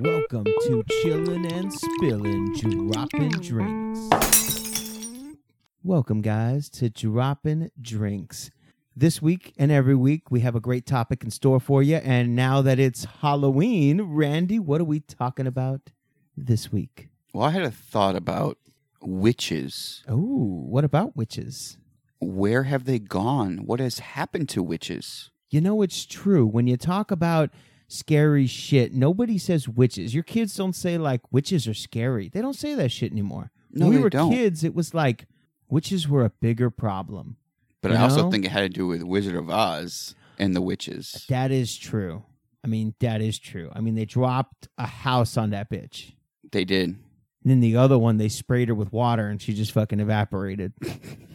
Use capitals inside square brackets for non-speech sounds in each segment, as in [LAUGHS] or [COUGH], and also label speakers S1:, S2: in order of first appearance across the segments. S1: Welcome to Chillin' and Spillin' Droppin' Drinks. Welcome, guys, to Droppin' Drinks. This week and every week, we have a great topic in store for you. And now that it's Halloween, Randy, what are we talking about this week?
S2: Well, I had a thought about witches.
S1: Oh, what about witches?
S2: Where have they gone? What has happened to witches?
S1: You know, it's true. When you talk about scary shit. Nobody says witches. Your kids don't say like witches are scary. They don't say that shit anymore.
S2: No,
S1: when we
S2: they
S1: were
S2: don't.
S1: kids, it was like witches were a bigger problem.
S2: But
S1: You
S2: I also
S1: know?
S2: think it had to do with Wizard of Oz and the witches.
S1: That is true. I mean, that is true. I mean, they dropped a house on that bitch.
S2: They did.
S1: And then the other one, they sprayed her with water, and she just fucking evaporated.
S2: Psh,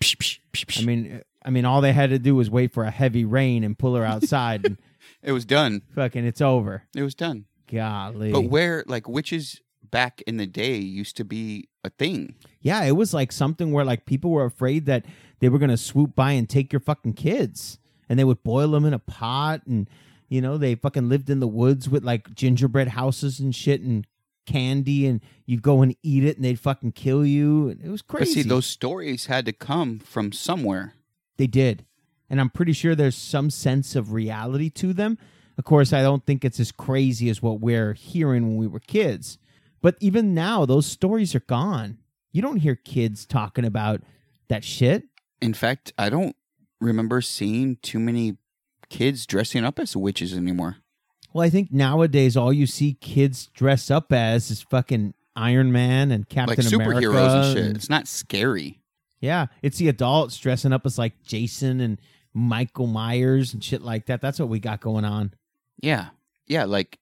S2: psh, psh, psh.
S1: I mean, [LAUGHS] I mean, all they had to do was wait for a heavy rain and pull her outside,
S2: [LAUGHS]
S1: and
S2: it was done.
S1: fucking, it's over.
S2: It was done.
S1: Golly,
S2: But where, like, witches back in the day used to be a thing.
S1: Yeah, it was like something where like people were afraid that they were gonna swoop by and take your fucking kids, and they would boil them in a pot, and you know they fucking lived in the woods with like gingerbread houses and shit and candy, and you'd go and eat it, and they'd fucking kill you. and It was crazy.
S2: But see, those stories had to come from somewhere.
S1: they did, and I'm pretty sure there's some sense of reality to them. Of course, I don't think it's as crazy as what we're hearing when we were kids, but even now those stories are gone. You don't hear kids talking about that shit.
S2: In fact, I don't remember seeing too many kids dressing up as witches anymore.
S1: Well, I think nowadays all you see kids dress up as is fucking Iron Man and Captain
S2: like
S1: America.
S2: superheroes and shit.
S1: and-
S2: It's not scary.
S1: yeah, it's the adults dressing up as like Jason and Michael Myers and shit like that. That's what we got going on.
S2: Yeah. Yeah, like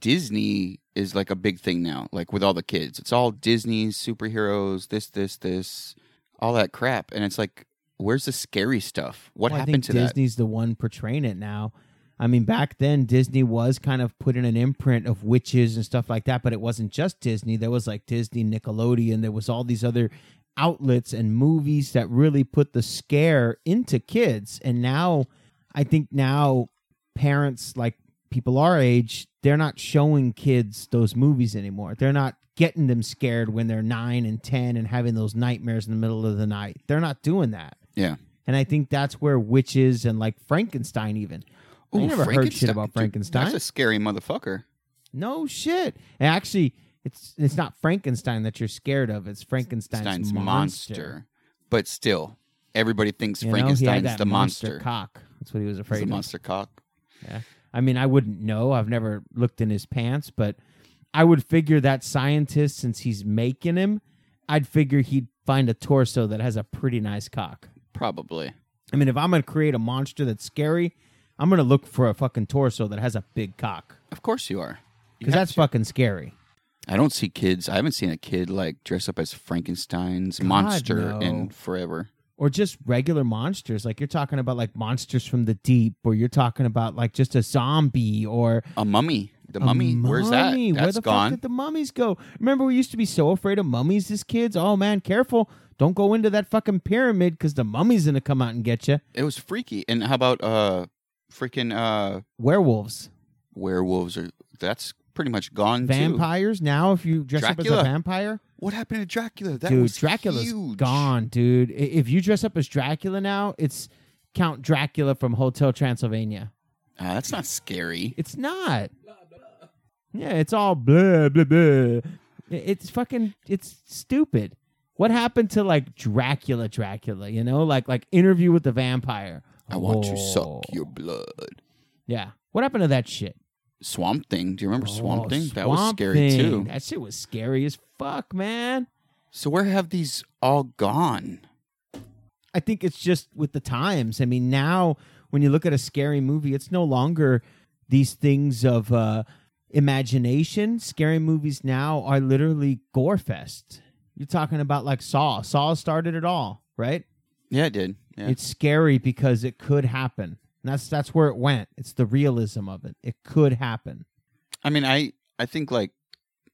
S2: Disney is like a big thing now, like with all the kids. It's all Disney's superheroes, this, this, this, all that crap. And it's like, where's the scary stuff? What
S1: Well,
S2: happened
S1: I
S2: to
S1: think
S2: that?
S1: Disney's the one portraying it now. I mean, back then Disney was kind of putting an imprint of witches and stuff like that, but it wasn't just Disney. There was like Disney, Nickelodeon, there was all these other outlets and movies that really put the scare into kids. And now I think now parents like people our age, they're not showing kids those movies anymore. They're not getting them scared when they're 9 and 10 and having those nightmares in the middle of the night. They're not doing that.
S2: Yeah.
S1: And I think that's where witches and like Frankenstein even. I
S2: Ooh,
S1: never heard shit about
S2: dude,
S1: Frankenstein.
S2: that's a scary motherfucker.
S1: No shit. And actually, it's it's not Frankenstein that you're scared of. It's Frankenstein's
S2: Frankenstein's
S1: monster.
S2: monster. But still, everybody thinks
S1: You know, he had
S2: Frankenstein's
S1: that
S2: the monster.
S1: cock. That's what he was
S2: It's
S1: afraid
S2: the
S1: of.
S2: monster cock.
S1: I mean, I wouldn't know. I've never looked in his pants, but I would figure that scientist, since he's making him, I'd figure he'd find a torso that has a pretty nice cock.
S2: Probably.
S1: I mean, if I'm going to create a monster that's scary, I'm going to look for a fucking torso that has a big cock
S2: Of course you are. You
S1: because
S2: have
S1: that's
S2: to.
S1: fucking scary.
S2: I don't see kids. I haven't seen a kid like dress up as Frankenstein's monster
S1: no.
S2: in forever.
S1: Or just regular monsters. Like you're talking about like monsters from the deep, or you're talking about like just a zombie or
S2: A mummy. The
S1: a
S2: mummy. Where's that?
S1: mummy.
S2: That's
S1: Where the
S2: gone.
S1: fuck did the mummies go? Remember, we used to be so afraid of mummies as kids. Oh man, careful! Don't go into that fucking pyramid because the mummy's gonna come out and get you.
S2: It was freaky. And how about uh freaking uh
S1: Werewolves,
S2: werewolves or that's pretty much gone too.
S1: vampires. Now, if you dress up
S2: Dracula.
S1: as a vampire,
S2: What happened to Dracula? That
S1: dude,
S2: was
S1: Dracula's
S2: huge.
S1: gone, dude. I- If you dress up as Dracula now, it's Count Dracula from Hotel Transylvania.
S2: Ah, that's not scary.
S1: It's not. Yeah, it's all blah blah blah. It's fucking. It's stupid. What happened to like Dracula? Dracula, you know, like like Interview with the Vampire.
S2: I want to
S1: Whoa.
S2: suck your blood.
S1: Yeah. What happened to that shit?
S2: Swamp Thing. Do you remember Swamp
S1: Oh,
S2: Thing? that was
S1: Swamp
S2: scary
S1: Thing.
S2: too.
S1: That shit was scary as fuck, man.
S2: So where have these all gone?
S1: I think it's just with the times. I mean, now when you look at a scary movie, it's no longer these things of uh, imagination. Scary movies now are literally gore fest. You're talking about like Saw. Saw started it all, right?
S2: Yeah, it did. Yeah.
S1: It's scary because it could happen. And that's that's where it went. It's the realism of it. It could happen.
S2: I mean, I I think like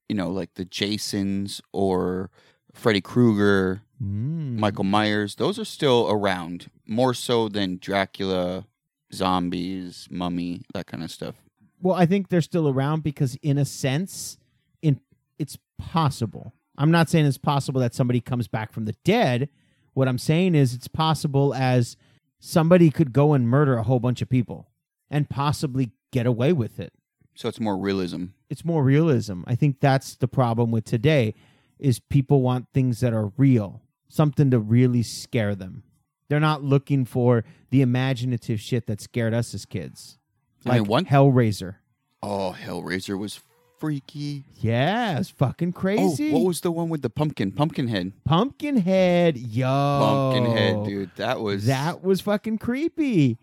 S2: you know, like the Jasons or Freddy Krueger,
S1: Mm.
S2: Michael Myers, those are still around more so than Dracula, zombies, mummy, that kind of stuff.
S1: Well, I think they're still around because, in a sense, in it's possible. I'm not saying it's possible that somebody comes back from the dead. What I'm saying is it's possible as somebody could go and murder a whole bunch of people and possibly get away with it.
S2: So it's more realism.
S1: It's more realism. I think that's the problem with today is people want things that are real, something to really scare them. They're not looking for the imaginative shit that scared us as kids.
S2: I
S1: Like
S2: mean, one-
S1: Hellraiser.
S2: Oh, Hellraiser was freaky.
S1: Yeah, it's fucking crazy.
S2: Oh, what was the one with the pumpkin? Pumpkinhead.
S1: Pumpkinhead, yo.
S2: Pumpkinhead, dude. That was
S1: Oh, That was fucking creepy.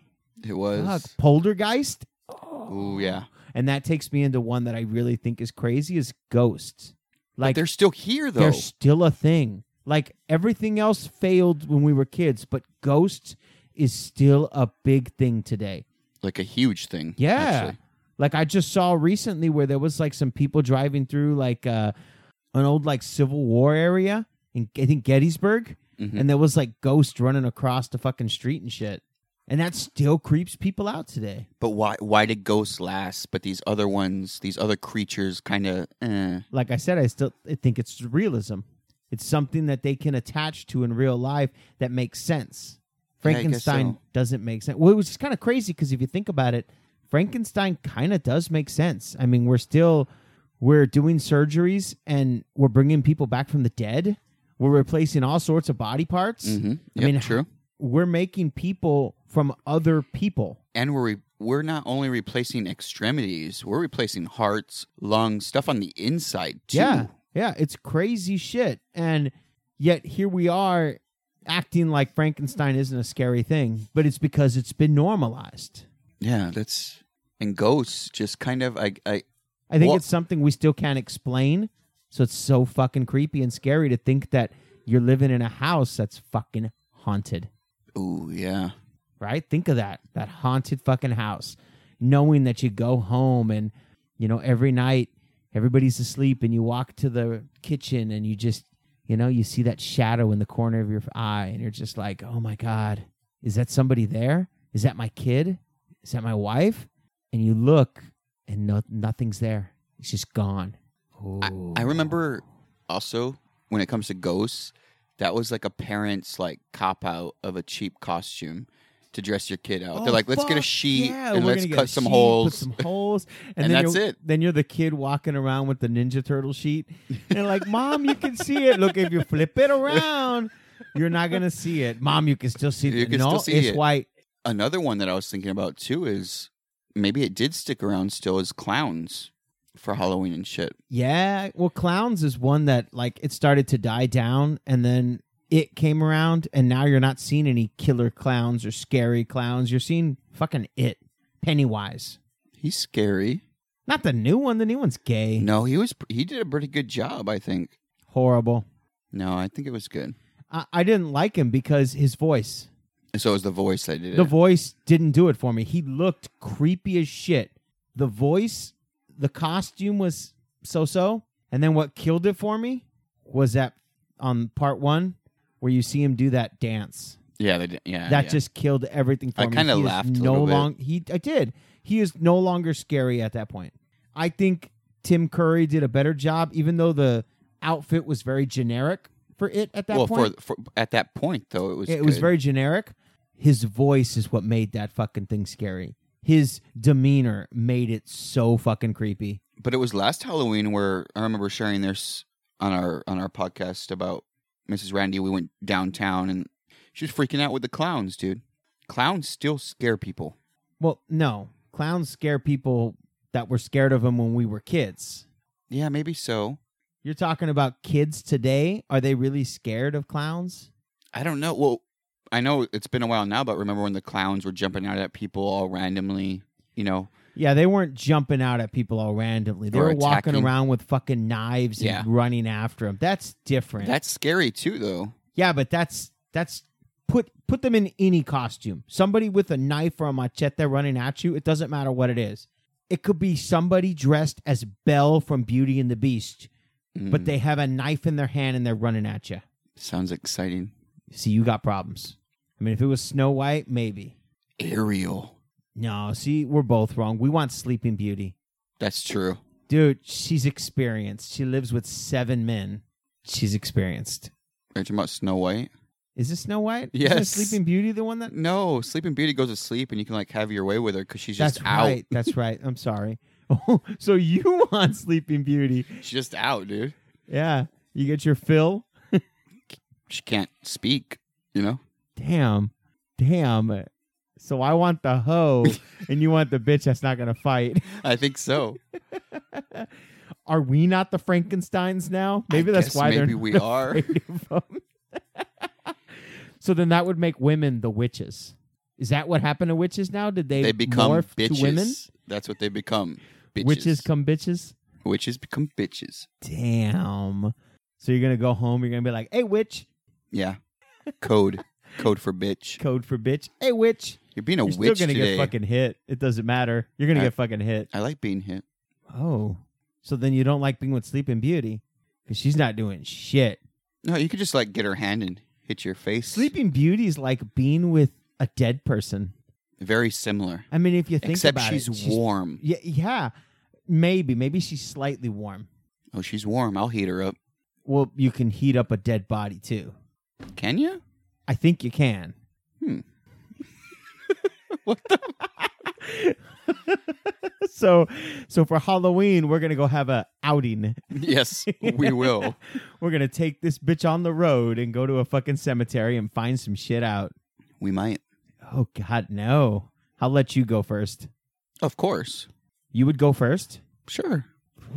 S2: It was.
S1: Fuck, Poltergeist.
S2: Ooh, yeah.
S1: And that takes me into one that I really think is crazy is ghosts. Like
S2: They're still here though.
S1: they're still a thing. Like everything else failed when we were kids, but ghosts is still a big thing today.
S2: like a huge thing.
S1: Yeah.
S2: actually.
S1: Like I just saw recently where there was like some people driving through like uh an old like Civil War area in I think Gettysburg
S2: Mhm.
S1: and there was like ghosts running across the fucking street and shit. And that still creeps people out today.
S2: But why why did ghosts last? But these other ones, these other creatures kind of eh.
S1: like I said, I still I think it's realism. It's something that they can attach to in real life that makes sense.
S2: Yeah, I guess
S1: Frankenstein
S2: so.
S1: doesn't make sense. Well, it was just kind of crazy because if you think about it, Frankenstein kind of does make sense. I mean, we're still we're doing surgeries and we're bringing people back from the dead. We're replacing all sorts of body parts.
S2: Mhm.
S1: I
S2: Yep,
S1: mean,
S2: true.
S1: We're making people from other people.
S2: And we're re- we're not only replacing extremities, we're replacing hearts, lungs, stuff on the inside too.
S1: Yeah. Yeah. It's crazy shit. And yet here we are acting like Frankenstein isn't a scary thing, but it's because it's been normalized.
S2: Yeah, that's and ghosts just kind of I I
S1: I think
S2: Well-
S1: it's something we still can't explain. So it's so fucking creepy and scary to think that you're living in a house that's fucking haunted,
S2: ooh, yeah.
S1: right? Think of that, that haunted fucking house, knowing that you go home and, you know, every night everybody's asleep and you walk to the kitchen and you just you know you see that shadow in the corner of your eye and you're just like oh my god is that somebody there is that my kid is that my wife and you look and no, nothing's there it's just gone Ooh.
S2: I remember also when it comes to ghosts, that was like a parent's like cop out of a cheap costume to dress your kid out. They're
S1: Oh,
S2: like, let's get a
S1: fuck,
S2: sheet
S1: yeah,
S2: and
S1: we're
S2: let's
S1: gonna get
S2: cut
S1: a
S2: some
S1: sheet,
S2: holes.
S1: Put some
S2: [LAUGHS]
S1: holes, and,
S2: And
S1: then
S2: that's
S1: you're-
S2: it.
S1: Then you're the kid walking around with the Ninja Turtle sheet, and like, mom, you can see it. Look, if you flip it around, you're not gonna see it. Mom, you can still see
S2: You
S1: it.
S2: can
S1: no,
S2: still see
S1: it's
S2: it.
S1: white.
S2: Another one that I was thinking about too is maybe it did stick around still is clowns for Halloween and shit.
S1: Yeah, well, clowns is one that like it started to die down, and then it came around, and now you're not seeing any killer clowns or scary clowns. You're seeing fucking it, Pennywise.
S2: He's scary.
S1: Not the new one. The new one's gay.
S2: No, he was he did a pretty good job, I think.
S1: Horrible.
S2: No, I think it was good.
S1: I, I didn't like him because his voice.
S2: So it was the voice that did
S1: The
S2: it.
S1: voice didn't do it for me. He looked creepy as shit. The voice, the costume was so so. And then what killed it for me was that on part one where you see him do that dance.
S2: yeah, they did. yeah.
S1: That
S2: Ah, yeah.
S1: just killed everything for
S2: I
S1: me.
S2: kinda
S1: He is
S2: laughed a
S1: no
S2: little bit.
S1: long he I did. He is no longer scary at that point. I think Tim Curry did a better job, even though the outfit was very generic for it at that
S2: well
S1: point.
S2: For, for at that point though, it was
S1: it was
S2: good.
S1: very generic. His voice is what made that fucking thing scary. His demeanor made it so fucking creepy.
S2: but it was last Halloween where I remember sharing this on our on our podcast about Mrs. Randy. We went downtown and she was freaking out with the clowns, dude. Clowns still scare people.
S1: Well, no, clowns scare people that were scared of them when we were kids.
S2: Yeah, maybe so.
S1: You're talking about kids today. Are they really scared of clowns?
S2: I don't know. Well, I know it's been a while now, but remember when the clowns were jumping out at people all randomly? You know,
S1: Yeah, they weren't jumping out at people all randomly. They
S2: Or
S1: were walking
S2: attacking.
S1: around with fucking knives
S2: Yeah.
S1: and running after them. That's different.
S2: that's scary too, though.
S1: Yeah, but that's that's put put them in any costume. Somebody with a knife or a machete running at you, it doesn't matter what it is. It could be somebody dressed as Belle from Beauty and the Beast, but
S2: Mm,
S1: they have a knife in their hand and they're running at you.
S2: sounds exciting.
S1: See, you got problems. I mean, if it was Snow White, maybe.
S2: Ariel.
S1: No, see, we're both wrong. We want Sleeping Beauty.
S2: That's true.
S1: Dude, she's experienced. She lives with seven men. She's experienced.
S2: Are you talking about Snow White?
S1: Is this Snow White?
S2: Yes.
S1: Is Sleeping Beauty the one that?
S2: No, Sleeping Beauty goes to sleep, and you can like have your way with her because she's just
S1: That's
S2: out.
S1: right. That's right. I'm
S2: [LAUGHS]
S1: sorry. [LAUGHS] Oh, so you [LAUGHS] want Sleeping Beauty?
S2: She's just out, dude.
S1: Yeah, you get your fill.
S2: She can't speak. You know,
S1: Damn, damn. So I want the
S2: [LAUGHS]
S1: hoe, and you want the bitch that's not gonna fight.
S2: I think so.
S1: Are we not the Frankenstein's now?
S2: I
S1: Maybe that's
S2: guess
S1: why they're [LAUGHS]
S2: maybe we
S1: not
S2: are.
S1: afraid of 'em. [LAUGHS] so then that would make women the witches. Is that what happened to witches now? Did they,
S2: They become
S1: morph
S2: bitches.
S1: to women?
S2: That's what they become. Bitches.
S1: Witches come bitches.
S2: Witches become bitches.
S1: Damn. So you're gonna go home. You're gonna be like, "Hey, witch."
S2: Yeah. Code. Code for bitch.
S1: Code for bitch. Hey, witch.
S2: You're being a
S1: You're
S2: witch
S1: still gonna
S2: today.
S1: get fucking hit. It doesn't matter. You're gonna
S2: I-
S1: get fucking hit.
S2: I like being hit.
S1: Oh, so then you don't like being with Sleeping Beauty because she's not doing shit.
S2: No, you could just like get her hand and hit your face.
S1: Sleeping Beauty's like being with a dead person.
S2: Very similar.
S1: I mean, if you think
S2: Except
S1: about
S2: she's,
S1: it,
S2: warm.
S1: Yeah, yeah, maybe, maybe she's slightly warm.
S2: Oh, she's warm. I'll heat her up.
S1: Well, you can heat up a dead body too.
S2: Can you?
S1: I think you can. [LAUGHS]
S2: What the?
S1: [LAUGHS] So, so for Halloween, we're gonna go have a outing.
S2: [LAUGHS] yes, we will.
S1: We're gonna take this bitch on the road and go to a fucking cemetery and find some shit out.
S2: We might.
S1: Oh God, no! I'll let you go first.
S2: Of course.
S1: You would go first.
S2: Sure.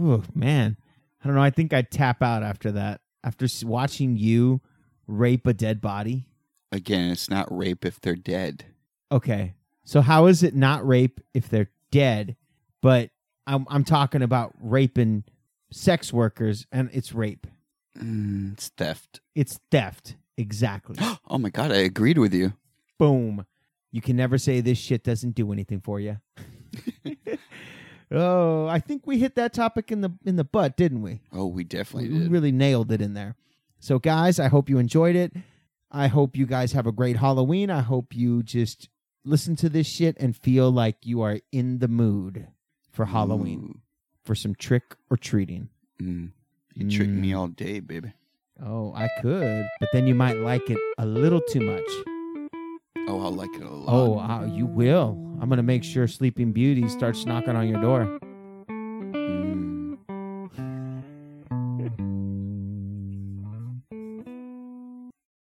S1: Oh man, I don't know. I think I'd tap out after that. After s- watching you rape a dead body.
S2: Again, it's not rape if they're dead.
S1: Okay, so how is it not rape if they're dead? But I'm I'm talking about raping sex workers, and it's rape.
S2: Mm, it's theft. [GASPS]
S1: It's theft. Exactly.
S2: Oh my God, I agreed with you.
S1: boom. You can never say this shit doesn't do anything for you. [LAUGHS] oh, I think we hit that topic in the in the butt, didn't we?
S2: Oh, we definitely
S1: We
S2: did.
S1: really nailed it in there. So guys, I hope you enjoyed it. I hope you guys have a great Halloween. I hope you just listen to this shit and feel like you are in the mood for Halloween for some trick or treating.
S2: Ooh. Mm. You tricked
S1: Mm.
S2: me all day, baby.
S1: Oh, I could, but then you might like it a little too much.
S2: Oh, I'll like it a
S1: Um,
S2: lot.
S1: Oh, uh, you will. I'm going to make sure Sleeping Beauty starts knocking on your door.
S2: Mm.